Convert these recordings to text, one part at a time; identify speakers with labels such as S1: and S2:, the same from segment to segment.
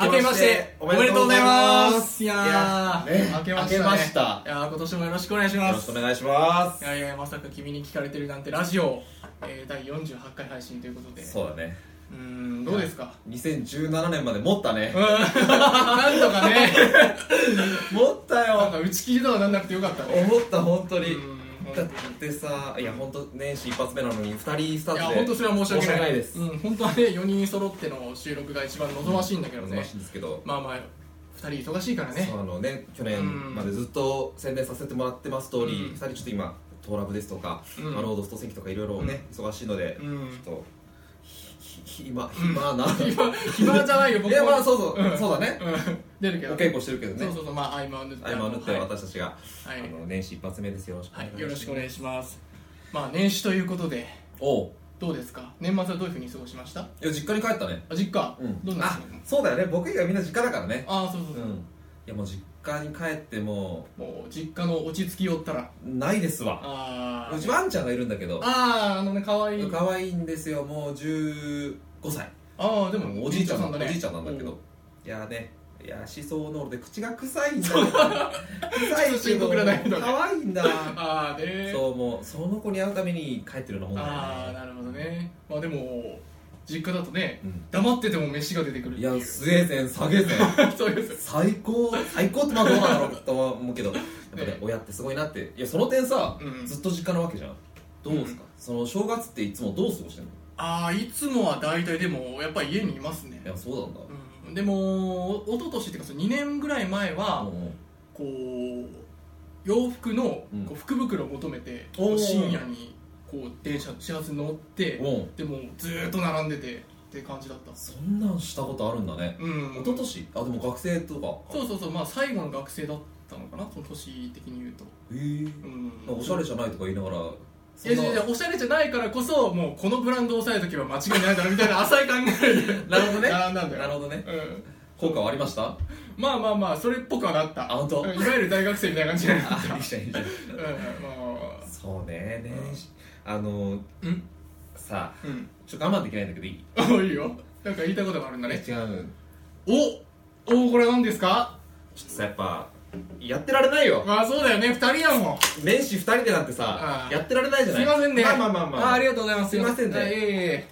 S1: 明けましておめでとうございますい
S2: い
S1: や
S2: や
S1: ー
S2: ー
S3: ね
S2: 明けましたね
S3: 明けました
S2: いやー今年もよろしくお願いし
S1: よ
S2: ま
S1: ろしく
S2: す
S1: お願いしま
S2: いやいやまさか君に聞かれてるなんてラジオ、えー、第48回配信ということです
S1: そうだね
S2: うーんどうですか
S1: 2017年まで持ったね
S2: うーんなんとかね
S1: 持った
S2: なん
S1: よ
S2: か打ち切りとかなんなくてよかったね
S1: 思った本当に
S2: うーん
S1: だってさいや本当年始一発目なのに2人スタ
S2: いや
S1: ートで
S2: 本当それは申し訳ない
S1: です
S2: うん、本当はね4人揃っての収録が一番望ましいんだけどね、
S1: 難しいんですけど
S2: まあまあ2人忙しいからね
S1: そうあのね去年までずっと宣伝させてもらってます通り
S2: うん
S1: 2人ちょっと今トーラブですとか
S2: うん
S1: まあロードスト選挙とかいろいろね忙しいので
S2: うん
S1: ちょっとひひ暇暇な
S2: 暇じゃないよ
S1: い
S2: 僕
S1: や
S2: は
S1: まあそうそううんそうだね
S2: 出るけど
S1: お稽古してるけどね
S2: そうそうそうまあ合間を縫って
S1: 合間を縫って
S2: はい
S1: 私たちが
S2: はい
S1: あの年始一発目ですよろしくお
S2: は
S1: 願い
S2: い、よろしくお
S1: ます
S2: 願いしますまあ年始ということで
S1: おう
S2: どうですか年末はどういうふうに過ごしましたあ
S1: いや実家に帰ったね
S2: 実家、
S1: うん
S2: どんな過
S1: あ
S2: ごし
S1: そうだよね僕以外みんな実家だからね
S2: ああそうそううそう、
S1: んいやもう実家に帰っても
S2: もう実家の落ち着きをったら
S1: うないですわ
S2: あ
S1: うち
S2: ー
S1: ワンちゃんがいるんだけど
S2: あーあのね可愛い
S1: 可愛いんですよもう15歳
S2: ああでも
S1: おじいちゃんなん
S2: だ
S1: だ
S2: ね
S1: おじいちゃんなんだけ
S2: う
S1: どいやねいやしその俺で口が臭いんだよ臭いけ
S2: 深
S1: ど
S2: 刻な内容だね
S1: 可愛いんだ
S2: ああね
S1: そうもうその子に会うために帰ってるようなもん
S2: あ
S1: だよ
S2: あ
S1: ね
S2: なるほどねまあでも実家だとね、
S1: うん
S2: 黙ってても飯が出てくるっ
S1: い
S2: ていう
S1: やスウェーデン下げぜん
S2: そうです
S1: 最高最高ってまあどうなんだろうとは思うけどやっぱね
S2: ね
S1: 親ってすごいなっていやその点さ、
S2: うん
S1: ずっと実家なわけじゃんどうですか、その正月っていつもどう過ごしてんの
S2: ああいつもは大体でもやっぱり家にいますね
S1: いやそうなんだ、
S2: うん、でもお一昨年っていうかその2年ぐらい前は、
S1: うんうん
S2: こう洋服のこ
S1: うん
S2: う福袋を求めて、
S1: おー
S2: こう深夜にこう電車始発に乗って
S1: うん
S2: でもずーっと並んでてって感じだった
S1: そんなんしたことあるんだね
S2: うん
S1: 一昨年あでも学生とか
S2: そうそうそうまあ最後の学生だったのかなその年的に言うと
S1: へえ
S2: うん
S1: おしゃれじゃないとか言いながら
S2: いやいやいやおしゃれじゃないからこそもうこのブランドを押さえとけば間違いないだろみたいな浅い考えで
S1: なるほどね
S2: 並んだんだよ
S1: なるほどね
S2: うん
S1: 効果はありました
S2: まあまあまあそれっぽくはなった
S1: あ本当
S2: うんいわゆる大学生みたいな感じじゃなかった
S1: あいいじゃんいいじゃん
S2: うんまあ
S1: そうねね
S2: うん
S1: あの
S2: うん
S1: さあ
S2: うん
S1: ちょっと我慢できないんだけどいい
S2: あいいよなんか言いたいことがあるんだね
S1: 違う
S2: おおこれ何ですか
S1: ちょっとさやっぱやってられないよ
S2: まあそうだよね二人だもん
S1: 年始二人でなんて
S2: あ
S1: さ
S2: あ
S1: やってられないじゃ
S2: す
S1: ない
S2: いませんね
S1: まあまあまあまあ
S2: ありがとうございます
S1: すいませんね
S2: あいえいえいえ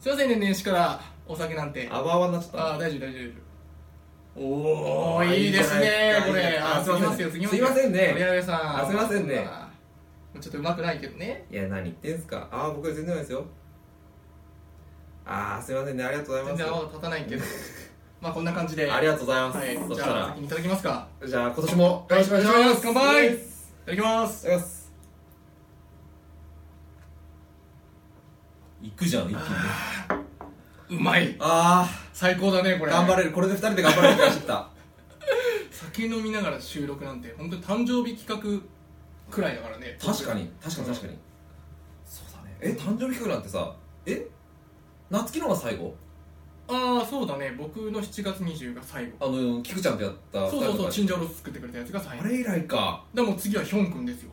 S2: すいませんね年始からお酒なんて
S1: あわあわになっちゃった
S2: あ大丈夫大丈夫おおいいですねこれあすいません
S1: すいませんね
S2: 宮部さん
S1: あすいませんね
S2: ちょっとうまくないけどね
S1: いや何言ってんすかああ僕は全然ないですよああすいませんねありがとうござい
S2: 全
S1: ます
S2: 然泡立たない けどまあこんな感じで
S1: ありがとうございます、
S2: はい
S1: そし
S2: じ
S1: た
S2: ゃあ
S1: ら
S2: 先にいただきますか
S1: じゃあ今年もよろしくお願いします
S2: 乾杯
S1: い
S2: いただきます
S1: ただきます行くじゃん一気に
S2: うまい
S1: あ
S2: 最高だねこ
S1: あ
S2: れ
S1: 頑張れるこれで二人で頑張れる気がしてきた
S2: 酒飲みながら収録なんて本当に誕生日企画くらいだからね
S1: 確かに確かに確かにそうだねえ誕生日企画なんてさえ夏希のが最後
S2: ああそうだね僕の7月20が最後
S1: あの菊ちゃんとやった
S2: そうそうそうチ
S1: 二人
S2: ン
S1: の
S2: ジャオロース作ってくれたやつが
S1: 会
S2: 最後
S1: あれ以来か
S2: でも次はヒョン君ですよ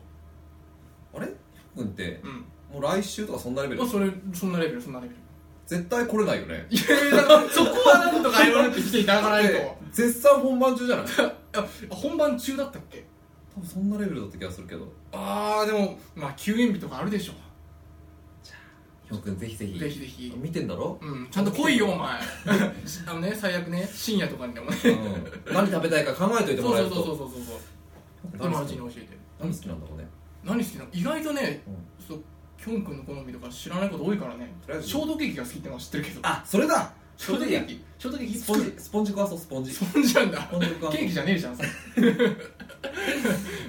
S1: あれひょくんって
S2: うん
S1: もう来週とかそんなレベル
S2: まあそれそんなレベルそんなレベル
S1: 絶対来れないよね
S2: いやいやだからそこはなんとか謝ってきてい ただかないと
S1: で絶賛本番中じゃない多
S2: あ本番中だったっけ
S1: 分そんなレベルだった気がするけど
S2: ああでもまあ休園日とかあるでしょ
S1: ひょんくんぜひぜひ
S2: ぜひぜひ
S1: 見てんだろ、
S2: うんちゃんと来いよお前 あのね最悪ね深夜とかにでもね
S1: うん、何食べたいか考えといて
S2: そ
S1: も
S2: う
S1: らえ
S2: そう
S1: る
S2: そ
S1: と
S2: うそうそうそう今
S1: 何
S2: のう
S1: 好
S2: ち
S1: き
S2: に教えて
S1: 何好きなんだろうね、
S2: 何好きなの意外とね
S1: うん
S2: そうきょん君の好みとか知らないこと多いからね
S1: とりあえず
S2: ショートケーキが好きってのは知ってるけど
S1: あそれだ
S2: ショートケーキショートケーキ
S1: スポンジスポンジ食わそうスポンジ
S2: スポンジなんだ
S1: スポンジ食わそ
S2: ケーキじゃねえじゃんそれ
S1: う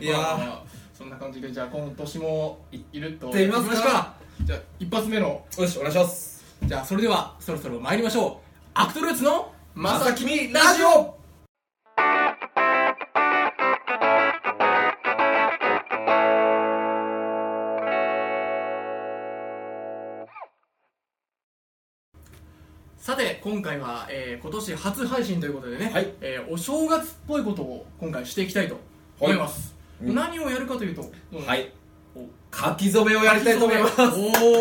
S1: い
S2: まあま
S1: や
S2: あそんな感じでじゃあ今年もいいると
S1: ーってみます
S2: 行き
S1: か
S2: じゃあ一発目の
S1: よしお願いします
S2: じゃあそれではそろそろ参りましょうアクトルーツのまさき
S1: 君ラジオ
S2: さて今回は、えー今年初配信ということでね、
S1: はい
S2: えーお正月っぽいことを今回していきたいと思いま
S1: は
S2: す、
S1: いうん
S2: 何をやるかというと、
S1: はい
S2: お
S1: 書き初めをやりたいと思います
S2: お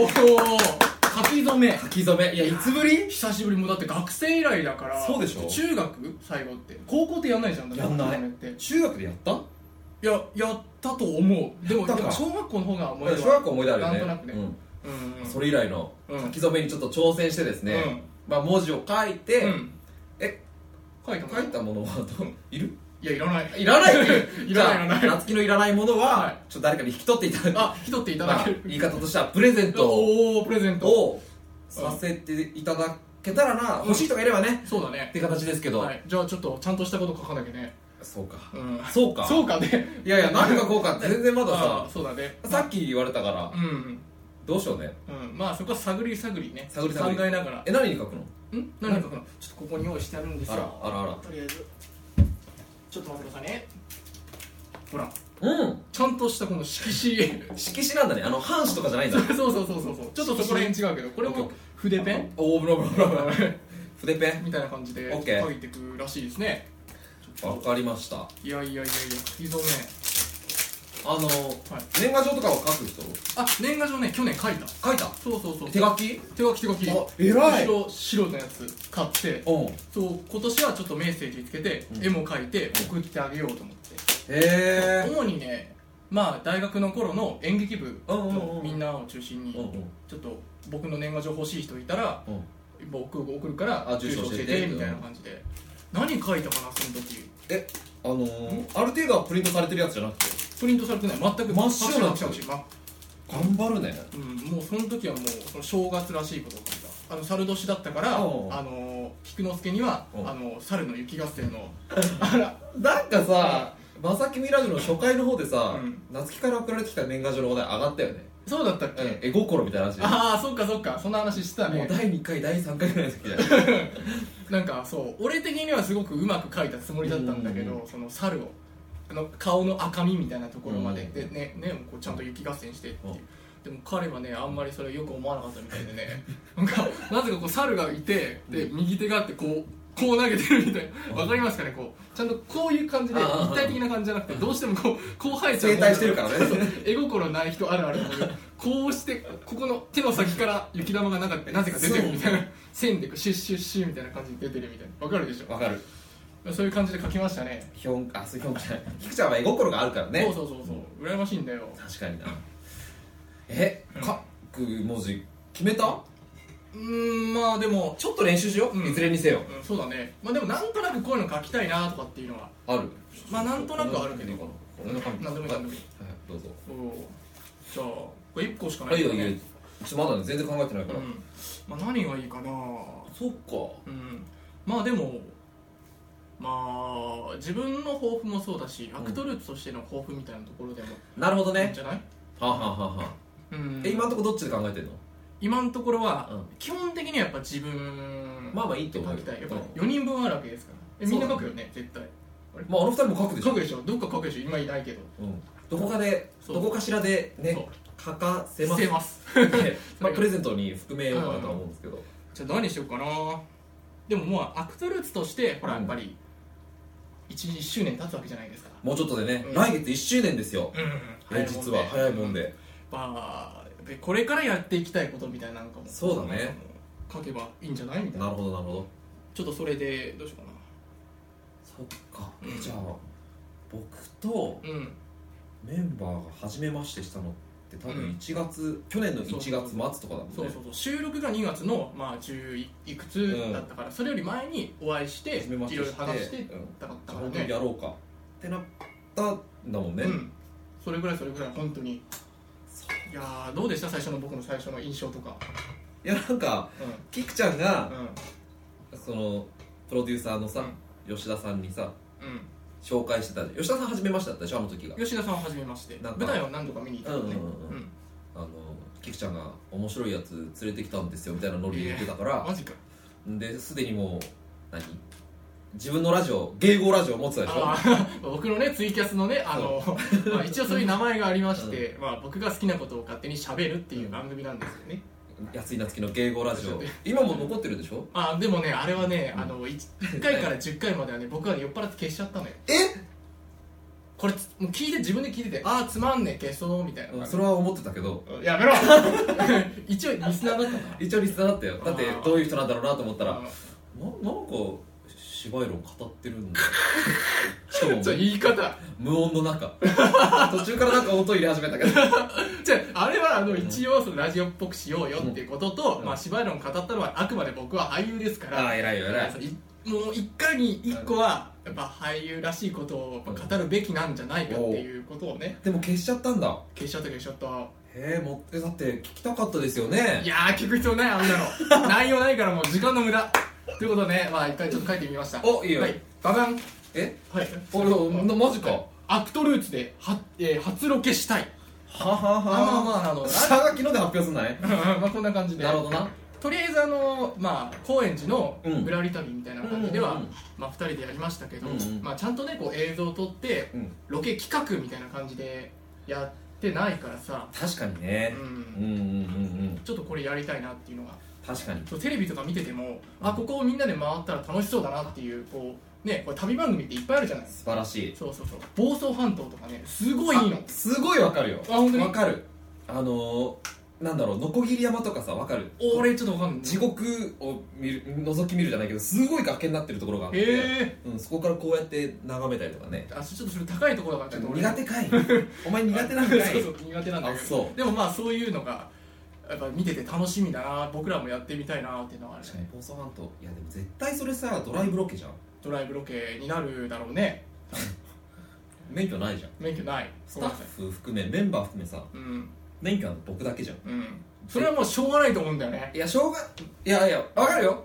S2: おー書書き初め
S1: 書き初めいやいつぶり
S2: 久しぶりもうだって学生以来だから
S1: そうでしょ
S2: 中学最後って高校ってやんないじゃんだって
S1: やんない
S2: 書き初めって
S1: 中学でやった
S2: いややったと思うで
S1: やっ
S2: も
S1: たか
S2: でも小学校の方が思い出は
S1: 小学校思い出あるよね
S2: なんとなくね
S1: うん
S2: うんうん
S1: それ以来の
S2: うん
S1: 書き初めにちょっと挑戦してですね、
S2: うん
S1: まあ、文字を書いて、
S2: うん
S1: え
S2: 書いたの
S1: 書いたものはどういる
S2: いやいらない
S1: いらない
S2: いらないいらない
S1: じゃあ夏希のいらないものは、
S2: はい
S1: ちょっと誰かに引き取っていただく
S2: あ引き取っていただ
S1: まあ
S2: ける、
S1: 言い方としてはプレゼント
S2: おおプレゼント
S1: をさせていただけたらな、
S2: うん
S1: 欲しい人がいればね
S2: そうだね
S1: って形ですけど、
S2: はい、じゃあちょっとちゃんとしたこと書かなきゃね、
S1: そうか
S2: うん、
S1: そうか
S2: そうかね
S1: いやいや何かこうか全然まだ
S2: あ
S1: さ
S2: そうだね
S1: さっき言われたから
S2: うん
S1: どうしようね
S2: うんまあそこは探り探りね
S1: 探り探り
S2: 考えながら
S1: え何に書くの
S2: ん何書くのちょっとここに用意してあるんですよ
S1: あらあらあら
S2: とりあえずちょっと待ってくださいねほら
S1: うん
S2: ちゃんとしたこの色紙
S1: 色紙なんだねあの半紙とかじゃないんだ
S2: そうそうそうそうそうちょっとそこら辺違うけどこれ
S1: オッケーオ
S2: も
S1: ッケ
S2: 筆ペン
S1: おおブラブラブラブラ筆ペン
S2: みたいな感じで
S1: オッケー
S2: 書いてくらしいですねちょ
S1: わ
S2: っと
S1: かりましたあ
S2: いやいやいやいやいいぞね
S1: の、年賀状とかを書く人
S2: あ年賀状ね去年書いた
S1: 書いた
S2: そうそうそう
S1: 手書き
S2: 手書き手書き
S1: あ偉い
S2: 後ろ白のやつ買って
S1: うんへ
S2: そう今年はちょっとメッセージつけて、
S1: うん
S2: 絵も描いて送ってあげようと思って、
S1: え
S2: 主にねまあ大学の頃の演劇部
S1: うんうんうん
S2: のみんなを中心に
S1: うんうん
S2: ちょっと僕の年賀状欲しい人いたら
S1: うん
S2: 僕送るから
S1: あ住所
S2: 教え
S1: 教え
S2: て
S1: て
S2: みたいな感じで何書いたかなその時
S1: えあのー、ある程度はプリントされてるやつじゃなくて
S2: プリントされてない全く
S1: 真っ白な
S2: 白白白
S1: 頑張るね
S2: うん、もうその時はもうその正月らしいことを書いたあの猿年だったからあ
S1: おうおう
S2: の菊之助には
S1: おう
S2: あの猿の雪合 戦のあら
S1: なんかさまさきミラージュの初回の方でさ、
S2: うん
S1: 夏希から送られてきた年賀状の話題上がったよね、
S2: そうだったっけ、
S1: うん、絵心みたいな話
S2: ああそっかそっかそんな話してた
S1: もう
S2: ね
S1: 第2回第3回ぐらいの時だよ
S2: なんかそう俺的にはすごくうまく描いたつもりだったんだけど、
S1: うん
S2: その猿をあの顔の赤みみたいなところまで、
S1: うん
S2: でねねこうちゃんと雪合戦してっていう、
S1: うん
S2: でも彼はねあんまりそれをよく思わなかったみたいでね なんかなぜかこう猿がいてで
S1: う
S2: 右手があってこうこう投げてるみたいなわかりますかねこうちゃんとこういう感じで
S1: あー
S2: 立体的な感じじゃなくてどうしてもこうこう生えちゃう
S1: 停滞してるからね
S2: そう絵心ない人あるあるこうしてここの手の先から雪玉がなんかなぜか出てるみたいな線でこうシュッシュッシュッみたいな感じで出てるみたいな わかるでし
S1: わかる
S2: ょそういう感じで描きましたね
S1: ひょんあそうひょんじゃないひくちゃんは絵心があるからね
S2: そうそうそうそう羨ましいんだよ
S1: 確かになえ書く文字決めた
S2: うーんまあでも、
S1: ちょっと練習しよう、
S2: うん
S1: いずれにせよ
S2: うん、そうだねまあでもなんとなくこういうの描きたいなとかっていうのは
S1: ある
S2: まあなんとなくはあるけど
S1: 俺の紙
S2: なんでもいいなんでもいい
S1: はいどうぞ
S2: そうじゃあこれ1個しかな
S1: はい
S2: い
S1: よ
S2: ね
S1: いいよちょっとまだね全然考えてないか
S2: う
S1: ら、
S2: んまあ何がいいかな
S1: そっか
S2: うんまあでもまあ自分の抱負もそうだし、アクトルーツとしての抱負みたいなところでも
S1: なるほど
S2: いいん
S1: ね
S2: じゃない、
S1: はあ、はあはあはあ
S2: うん
S1: え今のとこどっちで考えてんの
S2: 今のところは、
S1: うん
S2: 基本的にはやっぱ自分
S1: まあまあいいと思う
S2: 書
S1: よ
S2: きたいやっぱ
S1: うん
S2: 4人分あるわけですからえみんな書くよね絶対
S1: まああの二人も書くでしょ
S2: 書くでしょどっか書くでしょ今いないけど
S1: うん、どこかで
S2: そう
S1: どこかしらでね
S2: そう
S1: 書かせます
S2: 捨てます
S1: でまあ、プレゼントに含めようかなとは思うんですけど、
S2: じゃあ何しようかなでももうアクトルーツとしてほら
S1: うん
S2: やっぱり 1, 1周年経つわけじゃないですか
S1: もうちょっとでね、
S2: うん
S1: 来月1周年ですよ、
S2: うん
S1: 連日は早いもんで、
S2: まあでこれからやっていきたいことみたいなのかも
S1: そうだね
S2: 書けばいいんじゃないみたいな
S1: なるほどなるほど
S2: ちょっとそれでどうしよ
S1: そっか、
S2: うん
S1: じゃあ僕と
S2: うかなうん
S1: メンバーが初めましてしたのって多
S2: うん
S1: 分1月、去年の1月末とかだもんね
S2: そうそうそう収録が2月のまあ10いくつだったから、それより前にお会いして
S1: 初めまして
S2: いろいろ話して
S1: うん
S2: たかっ
S1: じゃあ
S2: たから
S1: 本当に
S2: ね
S1: やろうかってなったんだもんね、
S2: うんそれぐらいそれぐらい本当にいやーどうでした最初の僕の最初の印象とか
S1: いやなんか
S2: うん
S1: キクちゃんが、
S2: う
S1: そのプロデューサーのさ、吉田さんにさ
S2: んうん
S1: 紹介してたじゃん吉田さん初めましてだったでしょあの時が
S2: 吉田さんはじめまして
S1: なんか
S2: 舞台は何度か見に行ったからね
S1: うんうんうんあのキクちゃんが面白いやつ連れてきたんですよみたいなノリで言ってたから、
S2: マジか
S1: ですでにもう何自分のラジオ迎合ラジオ持ってたでしょ
S2: あー 僕のねツイキャスのねあの、 まあ、一応そういう名前がありまして、まあ、僕が好きなことを勝手にしゃべるっていう番組なんですよね、
S1: 安井夏樹の迎合ラジ
S2: ちょ っ
S1: オ
S2: と
S1: 今も残ってるでしょ
S2: あーでもねあれはね
S1: うん
S2: あの 1, 回から10回まではね僕はね酔っ払って消しちゃったのよ
S1: え
S2: これつもう聞いて自分で聞いててああつまんねえ消そうみたいな、
S1: それは思ってたけど
S2: やめろ 一応リスナーだったの
S1: 一応リスナーだったよだってどういう人なんだろうなと思ったら な
S2: あ
S1: なんか芝居論語ってるん だしかも
S2: ーちょ言い方
S1: 無音の 中途中からなんか音入れ始めたけど
S2: じゃああれはあの一応そのラジオっぽくしようよっていうことと、
S1: うん
S2: まあ、芝居論語ったのはあくまで僕は俳優ですから、
S1: ああ偉いよ偉い
S2: いもう一回に一個はやっぱ俳優らしいことをやっぱ語るべきなんじゃないかっていうことをね
S1: でも消しちゃったんだ
S2: 消しちゃった消しちゃった
S1: へえもってだって聞きたかったですよね
S2: いやー聞く必要ないあんな の内容ないからもう時間の無駄ということでねまあ一回ちょっと書いてみました
S1: おいいよ
S2: はいババン
S1: え
S2: はい
S1: あなマジかは
S2: アクトルーツでは、えー初ロケした い
S1: はは
S2: まあまあまああの
S1: 下書きので発表すんない
S2: あまあこんな感じで
S1: なるほどな
S2: とりあえずあの、まあ、高円寺の
S1: うん
S2: ぶらり旅みたいな感じでは、
S1: うんうんうん
S2: まあ、2人でやりましたけど、
S1: うんうん
S2: まあ、ちゃんとねこう映像を撮って
S1: うん
S2: ロケ企画みたいな感じでやってないからさ、
S1: 確かに
S2: う
S1: ねうん
S2: ん、
S1: うんうんうん
S2: ちょっとこれやりたいなっていうのが
S1: 確かに
S2: そうテレビとか見ててもあここをみんなで回ったら楽しそうだなっていうこう、ね、これ旅番組っていっぱいあるじゃないです
S1: 素
S2: か
S1: 晴らしい
S2: そうそうそう房総半島とかねすごいいいの
S1: あすごいわかるよ
S2: あ本当に
S1: わかるあのー、なんだろうノ山とかさわかる
S2: 俺ちょっとわかんない
S1: 地獄を見る覗き見るじゃないけどすごい崖になってるところがあって、
S2: へ
S1: うん、そこからこうやって眺めたりとかね
S2: えあちょっとそれ高いところだか
S1: ち
S2: ら
S1: ょ
S2: ち
S1: っ
S2: ょっ
S1: と
S2: と
S1: 苦
S2: 俺
S1: 手かいお前苦手なんかい
S2: そうそう苦手なんだ
S1: あ
S2: けど
S1: そ
S2: でもまあそういうのがやっぱ見てて楽しみだな僕らもやってみたいなっていうのはある
S1: 確かに房総半島いやでも絶対それさドライブロケじゃん
S2: ドライブロケになるだろうね
S1: 免許ないじゃん
S2: 免許ない
S1: スタッフ含めメンバー含めさ
S2: うん
S1: 免許あるの僕だけじゃん
S2: うんそれはもうしょうがないと思うんだよね
S1: いやしょうがいやいやわかるよ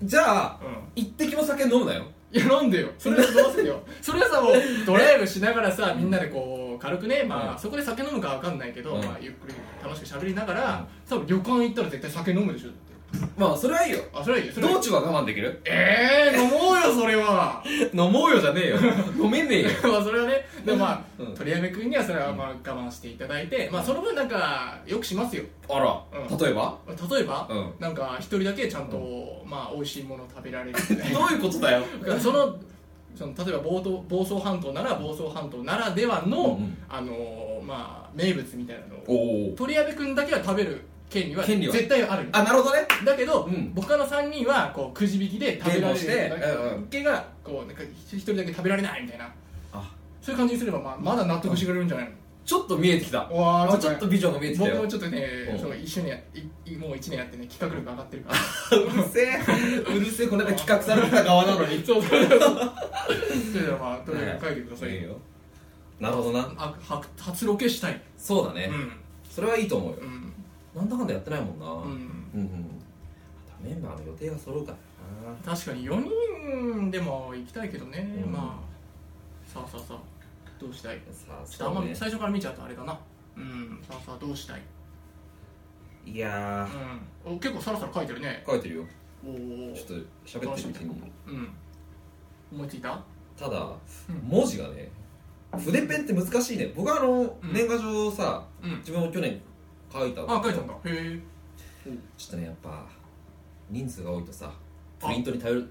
S2: うん
S1: じゃあ
S2: うん
S1: 一滴も酒飲むなよ
S2: いやなんでよそれはどうせよ それはさもうドライブしながらさみんなでこう軽くね
S1: う
S2: まあ
S1: ん
S2: そこで酒飲むかわかんないけど
S1: うん
S2: まあゆっくり楽しく喋りながら多分旅館行ったら絶対酒飲むでしょだって
S1: まあそれはいいよ
S2: あそれはいいよそれはいい
S1: 道
S2: よ
S1: 中は我慢できる
S2: ええ飲もうよそれは
S1: 飲もうよじゃねえよ 飲めねえよ
S2: まあそれはねでもまあ、
S1: うん
S2: 鳥山君にはそれはまあ我慢していただいて、まあその分なんかよくしますよ
S1: あら、
S2: うん
S1: 例えば
S2: 例えば、
S1: うん
S2: なんか一人だけちゃんと、まあ美味しいもの食べられるみたい
S1: どういうことだよ
S2: なそのその例えば房総房総半島なら房総半島ならではの、
S1: うんうん
S2: あのーまあ名物みたいなの
S1: お
S2: を
S1: お
S2: 鳥矢部君だけは食べる権利は
S1: 権利は
S2: 絶対ある
S1: あなるほどね
S2: だけど、
S1: うん
S2: 他の3人はこうくじ引きで食べられる
S1: ゲームをしてうんうん
S2: けがこうなんか一人だけ食べられないみたいな
S1: あ
S2: そういう感じにすれば、まあ、まだ納得してくれるんじゃないの、
S1: ちょっと見えてきた
S2: わ
S1: あちょっとビジョンが見えてきた
S2: 僕
S1: よ
S2: もちょっとね
S1: うん
S2: その一緒にやいもう1年やってね企画力上がってるから
S1: うるせ えうるせえこの間企画されてた側なのに
S2: そ うそうそうそれではまあとりあえず書いてください、
S1: よなるほどな
S2: あは初ロケしたい
S1: そうだね、
S2: うん
S1: それはいいと思うよ
S2: うん
S1: なんだかんだやってないもんな
S2: う
S1: うんうんあ
S2: ん
S1: とメンバーの予定が揃うからな
S2: 確かに4人でも行きたいけどね、
S1: うん
S2: まあさあさあさあどうしたい
S1: さあ
S2: ちょっとあん
S1: そ
S2: ま
S1: うね
S2: 最初から見ちゃうとあれだなうんさあさあどうしたい、
S1: いや
S2: うん、お結構さらさら書いてるね
S1: ー書いてるよ
S2: おお
S1: ちょっと喋ってみてみ
S2: うん思いついた
S1: ただ
S2: うん
S1: 文字がね筆ペンって難しいね僕はあの
S2: うん
S1: 年賀状をさ
S2: うん
S1: 自分も去年書いたの
S2: あ書いたんだへえ
S1: ちょっとねやっぱ人数が多いとさプリントに 頼る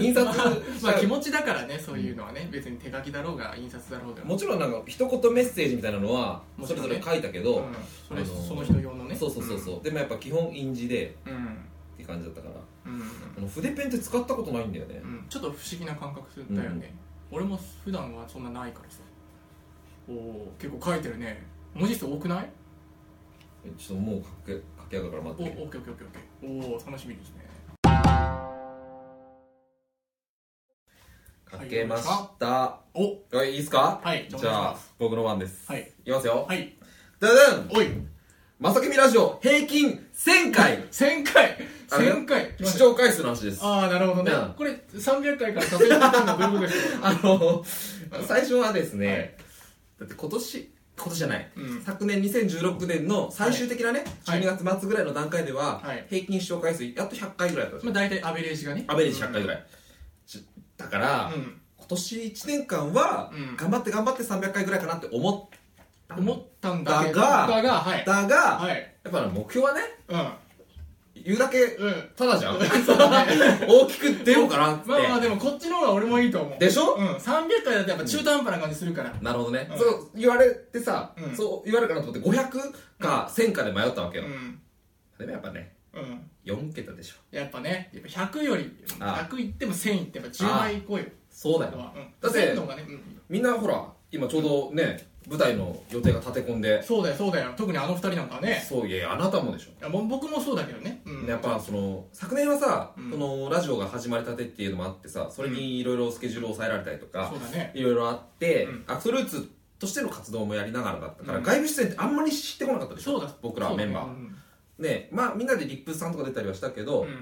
S1: 印刷
S2: まあ気持ちだからねそういうのはね、別に手書きだろうが印刷だろうが
S1: もちろんなんか一言メッセージみたいなのは
S2: も
S1: そ
S2: ち
S1: れ
S2: ろ
S1: ぞ
S2: んね
S1: れ書いたけど、
S2: うん、それ、
S1: あのー
S2: その人用のね
S1: そうそうそうそう、でもやっぱ基本印字で
S2: うんうん、
S1: って感じだったから
S2: うん
S1: あの筆ペンって使ったことないんだよね、
S2: うんちょっと不思議な感覚するんだよね、俺も普段はそんなないからさおお結構書いてるね文字数多くない
S1: ちょっともう書け書き上がるから
S2: お
S1: 待
S2: オ
S1: っ
S2: ッ
S1: て
S2: ケーオッケーオッケーオッケーおお楽しみですね
S1: 書けました
S2: お
S1: おいいいっすか
S2: はい
S1: じゃあ僕の番です、
S2: はい
S1: いきますよ
S2: はい
S1: ダダン
S2: おい
S1: まさきみラジオ平均1000回
S2: 1000回
S1: あれ
S2: 1000回
S1: 視聴回数の話です
S2: ああなるほどね
S1: うん
S2: これ300回から数えてたのどうい うことですか
S1: あの最初はですね、だって今年今年じゃない、
S2: うん
S1: 昨年2016年の最終的なね、
S2: はい
S1: 12月末ぐらいの段階では、
S2: はい
S1: 平均視聴回数やっと100回ぐらいだった
S2: まあ
S1: んですよ
S2: 大体アベレージがね
S1: アベレージ100回ぐらい、ちだから、
S2: うん
S1: 今年1年間は、
S2: うん
S1: 頑張って頑張って300回ぐらいかなって思った
S2: 思ったんだけど
S1: だが
S2: だがはい
S1: だが、
S2: はい
S1: やっぱ目標はね
S2: うん
S1: 1言うだけ
S2: うん
S1: ただじ ゃん
S2: そうだね
S1: 大きく出ようかなって
S2: まあまあでもこっちの方が俺もいいと思う
S1: でしょ
S2: うん300回だとやっぱ中途半端な感じするから
S1: なるほどね、
S2: うん
S1: そう言われてさ、
S2: うん
S1: そう言われるかなと思って500か1000かで迷ったわけ
S2: う
S1: よ、
S2: ん
S1: でもやっぱね
S2: うん
S1: 4桁でしょ
S2: やっぱねやっぱ100より
S1: あ
S2: 100いっても1000いってやっぱ10倍いこうよ
S1: そうだ
S2: だ
S1: よだ
S2: だ
S1: っ
S2: ってての方がねうん
S1: みんなほら今ちょうどね舞台の予定が立て込んで
S2: そうだよそうだよ特にあの二人なんかはね
S1: そういやあなたもでしょ
S2: いやもう僕もそうだけどねうん
S1: やっぱその昨年はさ、
S2: うん
S1: そのラジオが始まりたてっていうのもあってさそれにいろいろスケジュールを抑えられたりとか
S2: そうだね
S1: いろいろあって、
S2: うん
S1: アクトルーツとしての活動もやりながらだったから、
S2: うん
S1: 外部出演ってあんまり知ってこなかったでしょ
S2: そうだ
S1: 僕らメンバー、ねまあみんなでリップスさんとか出たりはしたけど、
S2: そうだね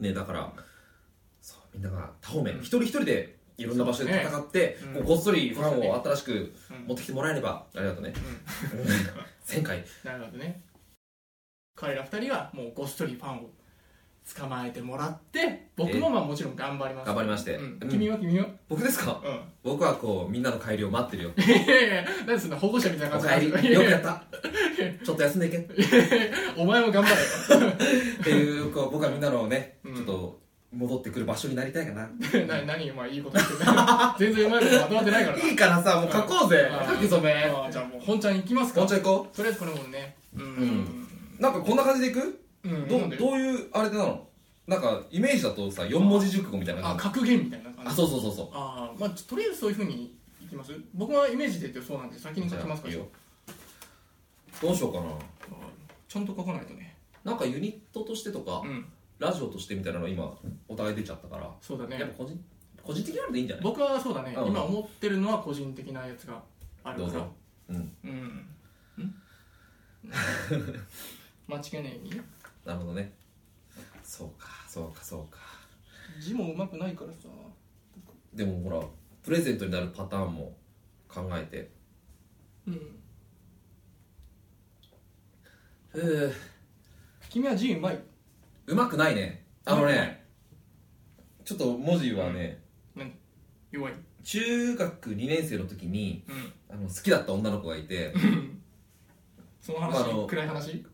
S2: うん
S1: ねだからそうみんなが他方面、
S2: うん
S1: 一人一人でいろんな場所で戦って、
S2: そうね
S1: こう
S2: うん
S1: ごっそりファンを新しく
S2: うん
S1: 持ってきてもらえればありがとうね
S2: う
S1: 1000
S2: ん
S1: 回
S2: なるほどね彼ら二人はもうごっそりファンを捕まえてもらって僕もまあもちろん頑張ります
S1: 頑張りまして、
S2: うん
S1: うん
S2: 君は君は
S1: 僕ですか
S2: うん
S1: 僕はこうみんなの帰りを待ってるよ
S2: いやいやいやなんでそんな保護者みたいな
S1: お
S2: 感
S1: 帰り
S2: じ い
S1: よく
S2: やい
S1: や
S2: や
S1: ったちょっと休んでいけっ
S2: お前も頑張れ
S1: ていうこう僕はみんなのね、
S2: うん
S1: ちょっと戻ってくる場所になりたいかな
S2: な何今いいこと言ってんだよ 全然うまいことまとまってないからない
S1: いからさもう書こうぜ
S2: うん
S1: 書き初め
S2: あーじゃあもう本ちゃん行きます
S1: も
S2: か
S1: うちょい行こと
S2: りあえずこれもねうん
S1: うなんかこんな感じでいく
S2: うん
S1: ど
S2: なん
S1: う
S2: で
S1: どういうあれなのなんかイメージだとさ4文字熟語みたいな
S2: あ
S1: 感じ
S2: 格言みたいな感
S1: あ
S2: じ
S1: そうそうそうそ
S2: ああまあちょとりあえずそういうふうにいきます僕はイメージで言ってそうなんで先
S1: う
S2: に書きますか
S1: いい
S2: ら
S1: よどうしようか
S2: ちゃんと書かないとね
S1: ななんかユニットとしてとか
S2: うん
S1: ラジオとしてみたいなの今お互い出ちゃったから
S2: そうだ
S1: やっ
S2: ね
S1: ぱ個人個人的なのでいいんじゃない
S2: 僕はそうだね
S1: うん
S2: 今思ってるのは個人的なやつがある
S1: どう
S2: から
S1: ぞうん
S2: うんん 間違いないよ
S1: なるほどねそうかそうかそうか
S2: 字もうまくないからさ
S1: でもほらプレゼントになるパターンも考えて
S2: うん
S1: ふう
S2: 君は字うまいう
S1: まくないねあのねちょっと文字はね、
S2: 弱い
S1: 中学2年生の時に
S2: うん
S1: あの好きだった女の子がいて
S2: その
S1: あの
S2: 話暗い話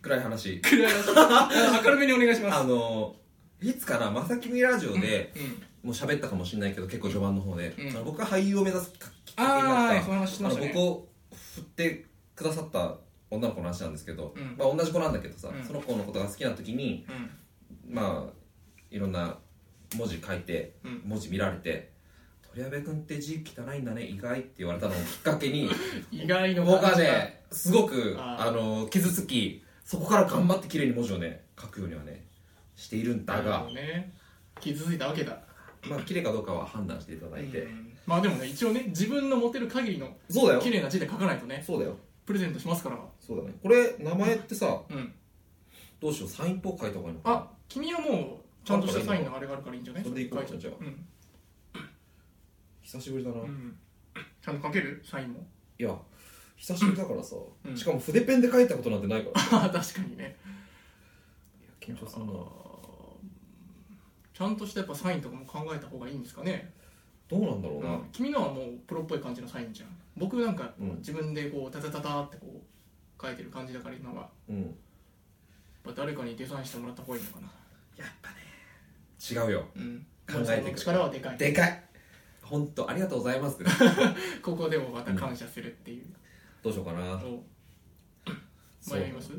S1: 暗い話
S2: 暗い話 明るめにお願いしま
S1: あ
S2: す
S1: のいつかな「まさきみラジオで」
S2: うん
S1: もう喋ったかもしれないけど結構序盤の方で、
S2: うん
S1: あの僕は俳優を目指すきっかけに
S2: ああ
S1: な
S2: ー
S1: っ
S2: その話して
S1: た
S2: ま
S1: あ
S2: し
S1: の
S2: た
S1: 僕
S2: ね
S1: を振ってくださった女の子の話なんですけど、
S2: うん
S1: まあ、同じ子なんだけどさ、
S2: うん
S1: その子のことが好きな時に
S2: うん
S1: まあいろんな文字書いて
S2: うん
S1: 文字見られて「鳥矢部君って字汚いんだね意外」って言われたのをきっかけ に
S2: 意外の
S1: 僕はねすごく
S2: あ
S1: あ
S2: ー
S1: の傷つきそこから頑張って綺麗に文字をね書くようにはねしているんだ
S2: だ
S1: が
S2: が、ね傷ついたわけだ
S1: まあ綺麗かどうかは判断していただいて、
S2: うんまあでもね一応ね自分の持てる限りの
S1: そうだよ
S2: 綺麗な字で書かないとね
S1: そうだよ
S2: プレゼントしますから
S1: そうだねこれ名前ってさ
S2: うん
S1: どうしようサインっぽく書いた方がいいのかな
S2: あ君はもうちゃんとしたサインのあれがあるからいいんじゃない
S1: それでいこうか
S2: 書いちゃう
S1: 久しぶりだな、
S2: うん、う
S1: い
S2: ん、ちゃんと書けるサイ ンも
S1: や久しぶりだからさ、
S2: うん
S1: しかも筆ペンで書いたことなんてないから
S2: ああ確かにね
S1: いや緊張するな
S2: あーちゃんとしたやっぱサインとかも考えた方がいいんですかね、
S1: どうなんだろ
S2: う
S1: うな、
S2: ん、君のはもうプロっぽい感じのサインじゃん僕なんか
S1: うん
S2: 自分でこうタタタタってこう書いてる感じだから今はやっ
S1: うん、
S2: ぱ誰かにデザインしてもらった方がいいのかな
S1: やっぱね違うよ
S2: うん
S1: 考えてくる
S2: 森さんの力はでかい
S1: でかい本当ありがとうござい ますって
S2: ここでもまた感謝するっていう
S1: どうしようかな
S2: のを
S1: そう
S2: 迷います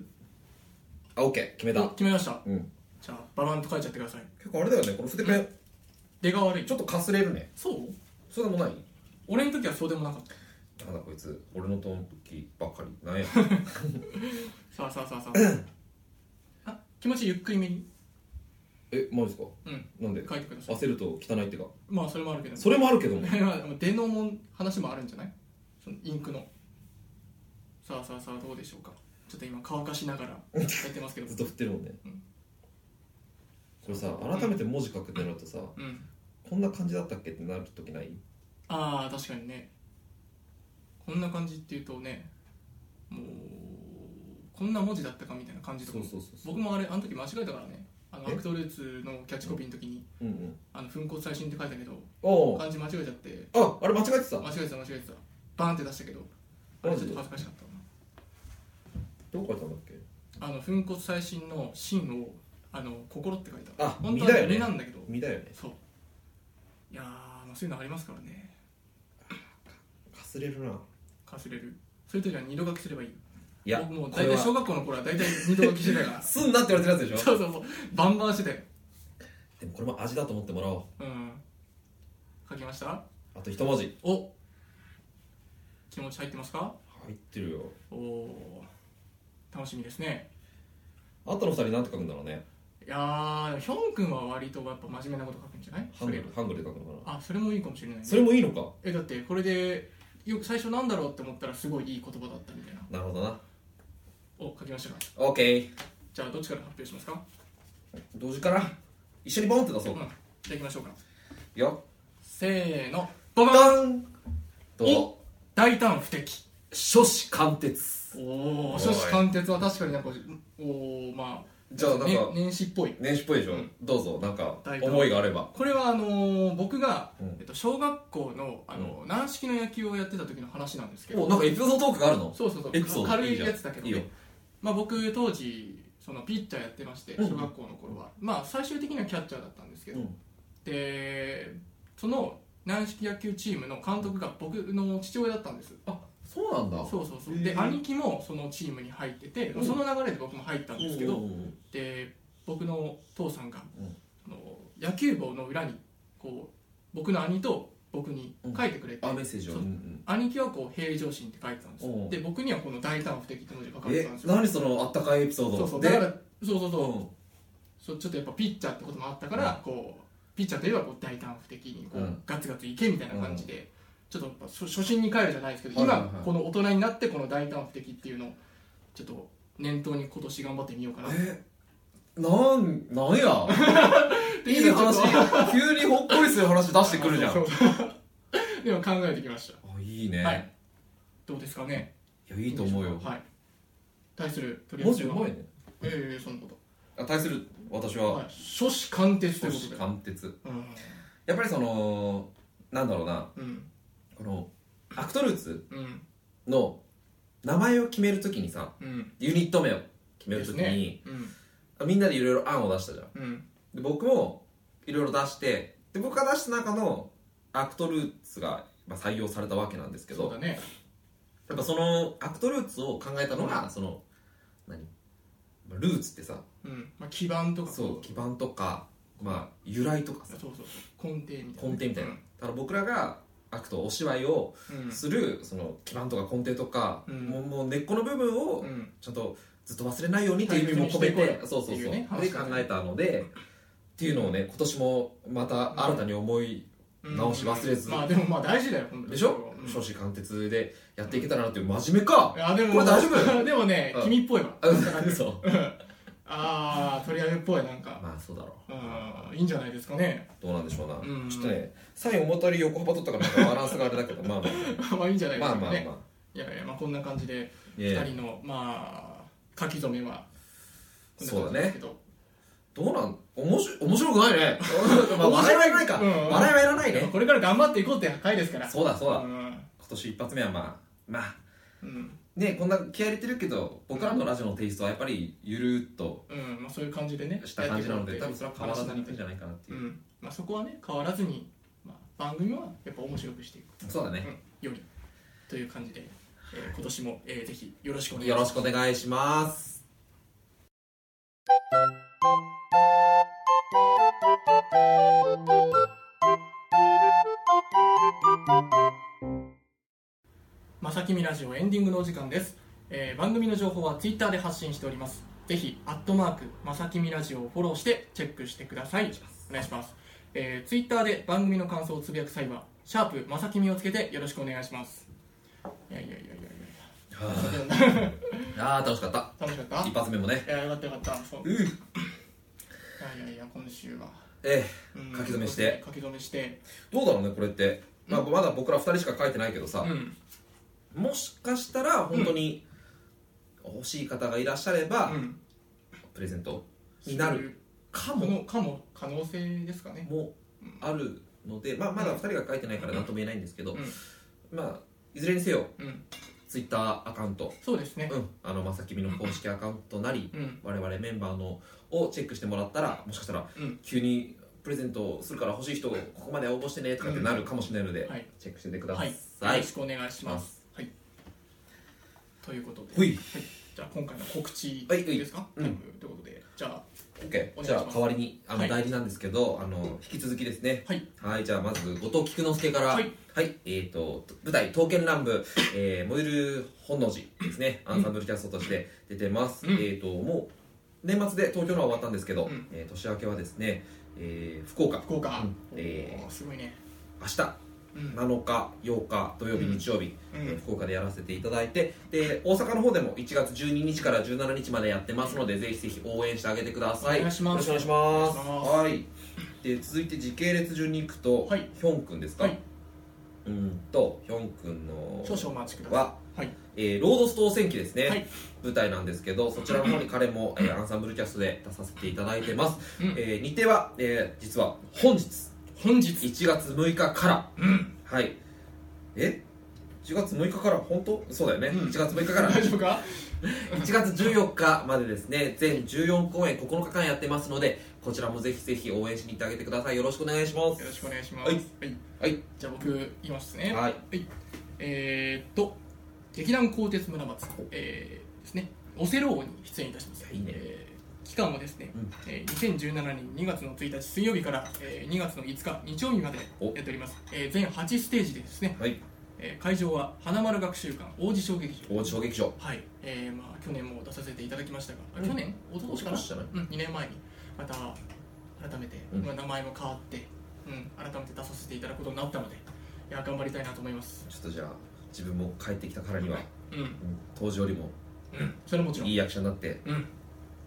S1: あオッケー決め
S2: お
S1: た
S2: 決めました
S1: うん
S2: じゃあババンと書いちゃってください
S1: 結構あれだよねこの筆ペン、
S2: 出が悪い
S1: ちょっとかすれるね
S2: そう
S1: それでもない
S2: 俺の時はそうでもなかった
S1: なんだこいつ俺の時ばっかり なんや
S2: さあさあさあさ ああ気持ちゆっくりめに
S1: えマジですか
S2: うん
S1: なんで
S2: 書いてください
S1: 焦ると汚いってか
S2: まあそれもあるけど
S1: それもあるけども
S2: まあでも出のもん話もあるんじゃないそのインクのさあさあさあどうでしょうかちょっと今乾かしながらやってますけど
S1: ずっと振ってるもんね、
S2: うん
S1: これさ改めて文字書くってなるとさ、
S2: うん
S1: こんな感じだったっけってなる時ない
S2: ああ確かにねこんな感じっていうとねもうこんな文字だったかみたいな感じとかも
S1: うそう
S2: 僕もあれあの時間違えたからねあのア
S1: え
S2: クトルーツのキャッチコピーの時に
S1: う、うんうん、
S2: 「あの粉骨最新」って書いたけど
S1: おー
S2: 漢字間違えちゃって
S1: ああれ間違えてた
S2: 間違えてた間違えてたバーンって出したけどあれちょっと恥ずかしかったな
S1: どう書いたんだっけ
S2: あの粉骨最新の芯をあの心って書いた
S1: あ
S2: 本当
S1: 身
S2: は
S1: だよね
S2: 身なんだけど
S1: 見たよね
S2: そういやーまあそういうのありますからね
S1: かすれるな
S2: かすれるそういう時は二度書きすればいい
S1: いや
S2: 僕もう
S1: これ
S2: 大体小
S1: は
S2: 学校の頃は大体二度書きしてたか ら
S1: すんなって言われてるやつでしょ
S2: そうそうそうバンバンしてて
S1: でもこれも味だと思ってもらおう
S2: うん書きました
S1: あと一文字
S2: お気持ち入ってますか
S1: 入ってるよ
S2: おお楽しみですね
S1: あんたの二人なんて書くんだろうね
S2: いやーヒョン君は割とやっぱ真面目なこと書くんじゃない
S1: ハングルハングルで書くのかな
S2: あそれもいいかもしれないね
S1: それもいいのか
S2: えだってこれでよく最初なんだろうって思ったらすごいいい言葉だったみたいな
S1: なるほどな
S2: お書きましたか
S1: オッケー
S2: じゃあどっちから発表しますか
S1: 同時から一緒にボンって出そう
S2: うんじゃあいきましょうか
S1: よ
S2: せーのボン
S1: ダンどうぞ
S2: お大胆不敵
S1: 初子貫徹
S2: お
S1: お
S2: お
S1: い
S2: 書士貫徹は確かになんかおおまあ
S1: じゃあなんか
S2: ね年始っぽい
S1: 年始っぽいでしょ、
S2: うん
S1: どうぞなんか
S2: 大胆
S1: 思いがあれば
S2: これはあのー僕が、
S1: うん
S2: えっと、小学校の、あのー軟式の野球をやってた時の話なんですけど
S1: おなんかエピソードトークがあるの
S2: そうそうそう
S1: エピソード
S2: 軽い
S1: じゃん
S2: やつだけど、ね
S1: いいよ
S2: まあ、僕当時そのピッチャーやってまして
S1: うん
S2: 小学校の頃は、まあ最終的にはキャッチャーだったんですけど、
S1: うん
S2: でその軟式野球チームの監督が僕の父親だったんです
S1: あそうなんだ
S2: そうそうそう
S1: へえ
S2: で兄貴もそのチームに入ってて
S1: うん
S2: その流れで僕も入ったんですけ
S1: お
S2: ど
S1: ー
S2: で僕の父さんが
S1: うん
S2: あの野球帽の裏にこう僕の兄と僕に書いてくれて、
S1: あメッセージを、
S2: そ
S1: うん
S2: う
S1: うん、
S2: 兄貴はこう平常心って書いてたんですよ
S1: おう
S2: で僕にはこの大胆不敵って文字が書かれて
S1: え
S2: たんですよ
S1: 何そのあったかいエピソード
S2: そうそう
S1: で
S2: だからそうそうそう、
S1: うん
S2: そうちょっとやっぱピッチャーってこともあったから、こうピッチャーといえばこう大胆不敵にこう、
S1: うん
S2: ガツガツいけみたいな感じで、ちょっとやっぱ初初心に帰るじゃないですけど、
S1: はいはいはい
S2: 今この大人になってこの大胆不敵っていうのをちょっと念頭に今年頑張ってみようかな
S1: えなんなん やいい話急にほっこりする話出してくるじゃん
S2: そうそうでも考えてきまし
S1: あいい
S2: た、
S1: ね、、
S2: はいいどうですかね
S1: やいいと思うよ
S2: はい対する取り合
S1: 文字
S2: わせ
S1: う
S2: は
S1: まいね
S2: ええそのこと
S1: あ対する私
S2: は
S1: はい
S2: 初子貫徹とい
S1: 少
S2: うこ
S1: 子
S2: とで
S1: 貫徹
S2: うん
S1: やっぱりそのなんだろうな
S2: うん
S1: このアクトルーツ
S2: うん
S1: の名前を決めるときにさ
S2: うん
S1: ユニット名を決め
S2: で
S1: ると
S2: す
S1: き
S2: ね
S1: に、
S2: うん
S1: みんなでいろいろ案を出したじゃん
S2: うん
S1: で僕もいろいろ出してで僕が出した中のアクトルーツがまあ採用されたわけなんですけ
S2: そう
S1: ど
S2: だね
S1: やっぱそのアクトルーツを考えたのが、その何まあルーツってさ
S2: うんまあ、基盤とか
S1: そう基盤とか、まあ、由来とかさ
S2: そうそうそう根底みたいな
S1: 根底みたいな、ただ僕らがアクトお芝居を
S2: うん
S1: する、その基盤とか根底とか、
S2: うん
S1: もうもう根っこの部分を
S2: うんうん
S1: ちゃんとずっと忘れないようにっていう意味も込め
S2: 大切にしてい
S1: て
S2: こうよ
S1: そうそうそう
S2: ってい
S1: で
S2: うね
S1: 考えたのでっていうのをね今年もまた新たに思い
S2: うん
S1: 直し忘れず
S2: まあでもまあ大事だよ本当に
S1: でしょ
S2: うん
S1: 初子貫徹でやっていけたらなっていう真面目か
S2: いやでも
S1: これ大丈夫
S2: でもね
S1: うん
S2: 君っぽいわ
S1: あ 嘘
S2: ああ取り上げっぽいなんか
S1: まあそうだろう
S2: うんいいんじゃないですかね
S1: どうなんでしょうな
S2: うん
S1: ちょっとねサイン表より横幅取ったからなんかバランスがあれだけどまあま
S2: まあいいんじゃないで
S1: あ
S2: す
S1: ま
S2: か
S1: あ
S2: ね、
S1: まあまあ
S2: いやいやまあこんな感じで
S1: い
S2: 二
S1: や
S2: 人のまあ書き初めはこんな
S1: そうだ
S2: 感じです
S1: ね
S2: けど
S1: どうなん面白い面白くないねまあ笑いはいらないか
S2: う
S1: 笑
S2: ん
S1: いはいらない
S2: でも
S1: ね
S2: これから頑張っていこうって回ですから
S1: そうだそうだ
S2: う
S1: 今
S2: ん
S1: 年一発目はまあまあ
S2: うん
S1: ねこんな気合い入れてるけど僕らのラジオのテイストはやっぱりゆるーっと
S2: うんまあそういう感じでね
S1: した感じなので
S2: や
S1: 多
S2: ってい
S1: 分
S2: こ
S1: それは
S2: うって
S1: 変わらずにいくんじゃないかなって
S2: う
S1: いう、
S2: んまあ、そこはね変わらずに、まあ、番組はやっぱ面白くしていく、
S1: そうだ
S2: うん
S1: ね、
S2: よりという感じで、えー今年も、えーぜひよろしくお願いし
S1: よ
S2: ま
S1: ろ
S2: す
S1: しくお願いします
S2: まさきみラジオエンディングのお時間です、えー番組の情報は Twitter で発信しておりますぜひアットマークまさきみラジオをフォローしてチェックしてくださいお願いします、えー、Twitter で番組の感想をつぶやく際は「シャープまさきみ」をつけてよろしくお願いしますいやいやいやいやい
S1: あー楽しかった
S2: や楽しかった
S1: 一発目もね
S2: いやよかったよかったそう
S1: うん
S2: いやいやいや今週は
S1: ええ
S2: うん
S1: 書き初めして
S2: 書き初めして
S1: どうだろうねこれって、まあ、まだ僕ら二人しか書いてないけどさ
S2: う、ん
S1: もしかしたら本当に欲しい方がいらっしゃれば、
S2: うん
S1: プレゼントになるか
S2: か
S1: も
S2: もかも可能性ですかね
S1: もあるので、まあ、まだ二人が書いてないから何とも言えないんですけど、
S2: うん
S1: まあいずれにせよ
S2: うん
S1: ツイッターアカウント、
S2: そうですね
S1: うん、あのまさきみの公式アカウントなり、
S2: うん
S1: 我々メンバーのをチェックしてもらったら、もしかしたら
S2: うん
S1: 急にプレゼントするから欲しい人、ここまで応募してねとかってなるかもしれないので、
S2: はい
S1: チェックしててくださ
S2: はい
S1: い。
S2: よろしくお願いしますはいということで
S1: ほい
S2: じゃあ今回の告知
S1: はいはい
S2: ですか
S1: うん
S2: 全部ということでじゃあ
S1: OK
S2: お願いします
S1: じゃあ代わりにあ
S2: は
S1: の
S2: い
S1: 大事なんですけど、あの引き続きですね
S2: はい
S1: はいじゃあまず後藤菊之助から
S2: は
S1: はいい、えー、と舞台「刀剣乱舞」えー、燃える本能寺ですねアンサンブルキャストとして出てます、
S2: うん
S1: えっ、ともう年末で東京のは終わったんですけど、
S2: うん
S1: えー年明けはですね、えー福岡
S2: 福岡
S1: うんえ
S2: おーすごいね
S1: 明日
S2: うん
S1: 7日8日土曜日、
S2: うん
S1: 日曜日、
S2: うん
S1: えー福岡でやらせていただいてで大阪の方でも1月12日から17日までやってますのでぜひぜひ応援してあげてください
S2: お願いします
S1: よろしくお願いします
S2: お
S1: はいで続いて時系列順に行くと、
S2: はい
S1: ヒョン君ですか、
S2: はい
S1: うんとヒョン君の
S2: 少々お待ちくださ
S1: は、
S2: いはい
S1: えーロードス当選記ですね、
S2: はい
S1: 舞台なんですけどそちらの方に彼も、えーアンサンブルキャストで出させていただいてます、
S2: うん
S1: えー日程は、えー実は本日
S2: 本日
S1: 1月6日から
S2: うん
S1: はいえ1月6日から本当そうだよね、
S2: うん
S1: 1月6日から
S2: 大丈夫か
S1: 1月14日までですね全14公演9日間やってますのでこちらもぜひぜひ応援しに行ってあげてくださいよろしくお願いします
S2: よろしくお願いします
S1: はい
S2: はい
S1: はい
S2: じゃあ僕言いますね
S1: はい
S2: えーっと劇団鋼鉄村松、えーですねオセロ王に出演いたします
S1: いいね
S2: えー期間はですね、
S1: うん
S2: えー2017年2月の1日水曜日から、えー2月の5日日曜日まで
S1: お
S2: やっております、えー全8ステージでですね、
S1: はい
S2: えー会場は花丸学習館王子小劇場
S1: 大地小劇場
S2: はい、えーまあ、去年も出させていただきましたが、
S1: うん
S2: 去年おととしかな
S1: 一昨年
S2: うん、2年前にまた改めて、
S1: うん
S2: まあ名前も変わって、うん、改めて出させていただくことになったのでいや頑張りたいなと思います
S1: ちょっとじゃあ自分も帰ってきたからには、
S2: うん、うん、
S1: うん当時よりも
S2: それはもちろん
S1: いい役者になって
S2: うん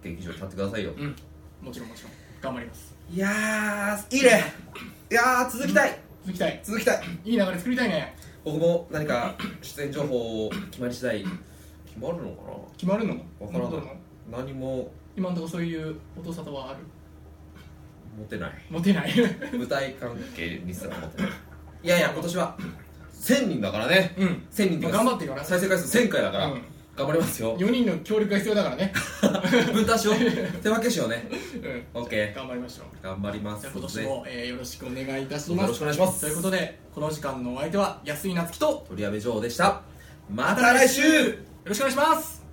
S1: 劇場に立ってくださいよ
S2: うんもちろんもちろん頑張ります
S1: いやーいいねいやー続きたい、
S2: 続きたい
S1: 続きたい
S2: いい流れ作りたいね
S1: 僕も何か出演情報決まり次第決まるのか
S2: 決まるの
S1: わからない
S2: どうの
S1: な何も
S2: 今のところそういう音沙汰はある
S1: 持てない
S2: モ テない
S1: 舞台関係にすら持ってないいやいや今年は1000人だからね
S2: うん
S1: 1000人
S2: まあ
S1: で
S2: 頑張っていかな
S1: 再生回数1000回だから、
S2: うん
S1: 頑張ります よ
S2: 4人の協力が必要だからね
S1: 分担しよう手分けしようね
S2: うん
S1: オッケー
S2: 頑張りましょう
S1: 頑張ります
S2: じゃあ今年も、えーよろしくお願いいたします
S1: よろしくお願いします
S2: ということでこの時間のお相手は安井夏樹とよ
S1: 鳥籔女王でしたまた来週
S2: ろしくお願いします